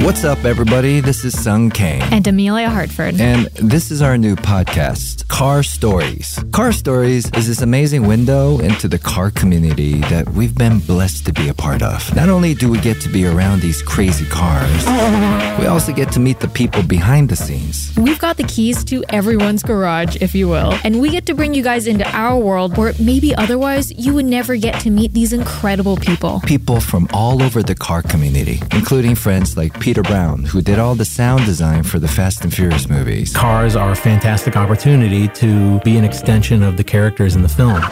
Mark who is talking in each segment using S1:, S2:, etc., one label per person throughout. S1: What's up, everybody? This is Sung Kang.
S2: and Amelia Hartford.
S1: And this is our new podcast, Car Stories. Car Stories is this amazing window into the car community that we've been blessed to be a part of. Not only do we get to be around these crazy cars, we also get to meet the people behind the scenes.
S2: We've got the keys to everyone's garage, if you will, and we get to bring you guys into our world where maybe otherwise you would never get to meet these incredible people.
S1: People from all over the car community, including friends like Peter Brown, who did all the sound design for the Fast and Furious movies.
S3: Cars are a fantastic opportunity to be an extension of the characters in the film.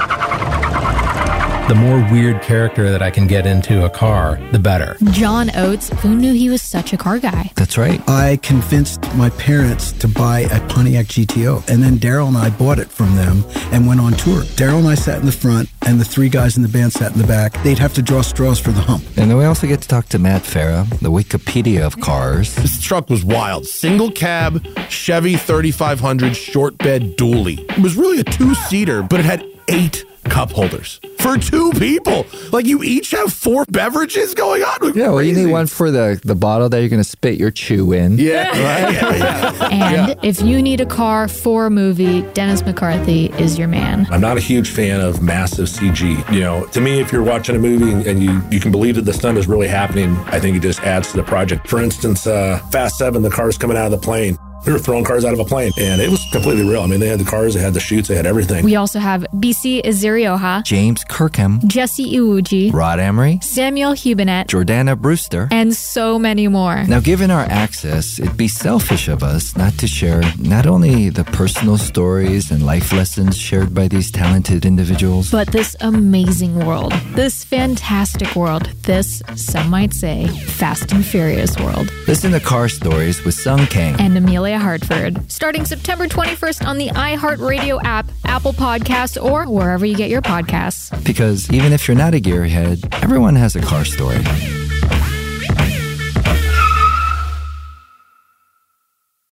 S3: The more weird character that I can get into a car, the better.
S2: John Oates, who knew he was such a car guy?
S1: That's right. Uh,
S4: I convinced my parents to buy a Pontiac GTO. And then Daryl and I bought it from them and went on tour. Daryl and I sat in the front, and the three guys in the band sat in the back. They'd have to draw straws for the hump.
S1: And then we also get to talk to Matt Farah, the Wikipedia of cars.
S5: This truck was wild. Single cab, Chevy 3500 short bed dually. It was really a two seater, but it had eight cup holders for two people. Like you each have four beverages going on. Like,
S1: Yeah, well, you need
S5: crazy.
S1: one for the, the bottle that you're going to spit your chew in.
S5: Yeah, right. Yeah, yeah.
S2: And if you need a car for a movie, Dennis McCarthy is your man.
S6: I'm not a huge fan of massive CG. You know, to me, if you're watching a movie and, and you, you can believe that the stunt is really happening, I think it just adds to the project. For instance, uh, Fast 7, the cars coming out of the plane. They were throwing cars out of a plane, and it was completely real. I mean, they had the cars, they had the chutes, they had everything.
S2: We also have BC Izerioha,
S1: James Kirkham,
S2: Jesse Iwuji,
S1: Rod Emery,
S2: Samuel Hubinet,
S1: Jordana Brewster.
S2: and so many more.
S1: Now, given our access, it'd be selfish of us not to share not only the personal stories and life lessons shared by these talented individuals,
S2: But this amazing world, this fantastic world, this, some might say, fast and furious world,
S1: listen to Car Stories with Sung Kang.
S2: and Amelia Hartford. Starting September 21st on the iHeartRadio app, Apple Podcasts, or wherever you get your podcasts.
S1: Because even if you're not a gearhead, everyone has a car story.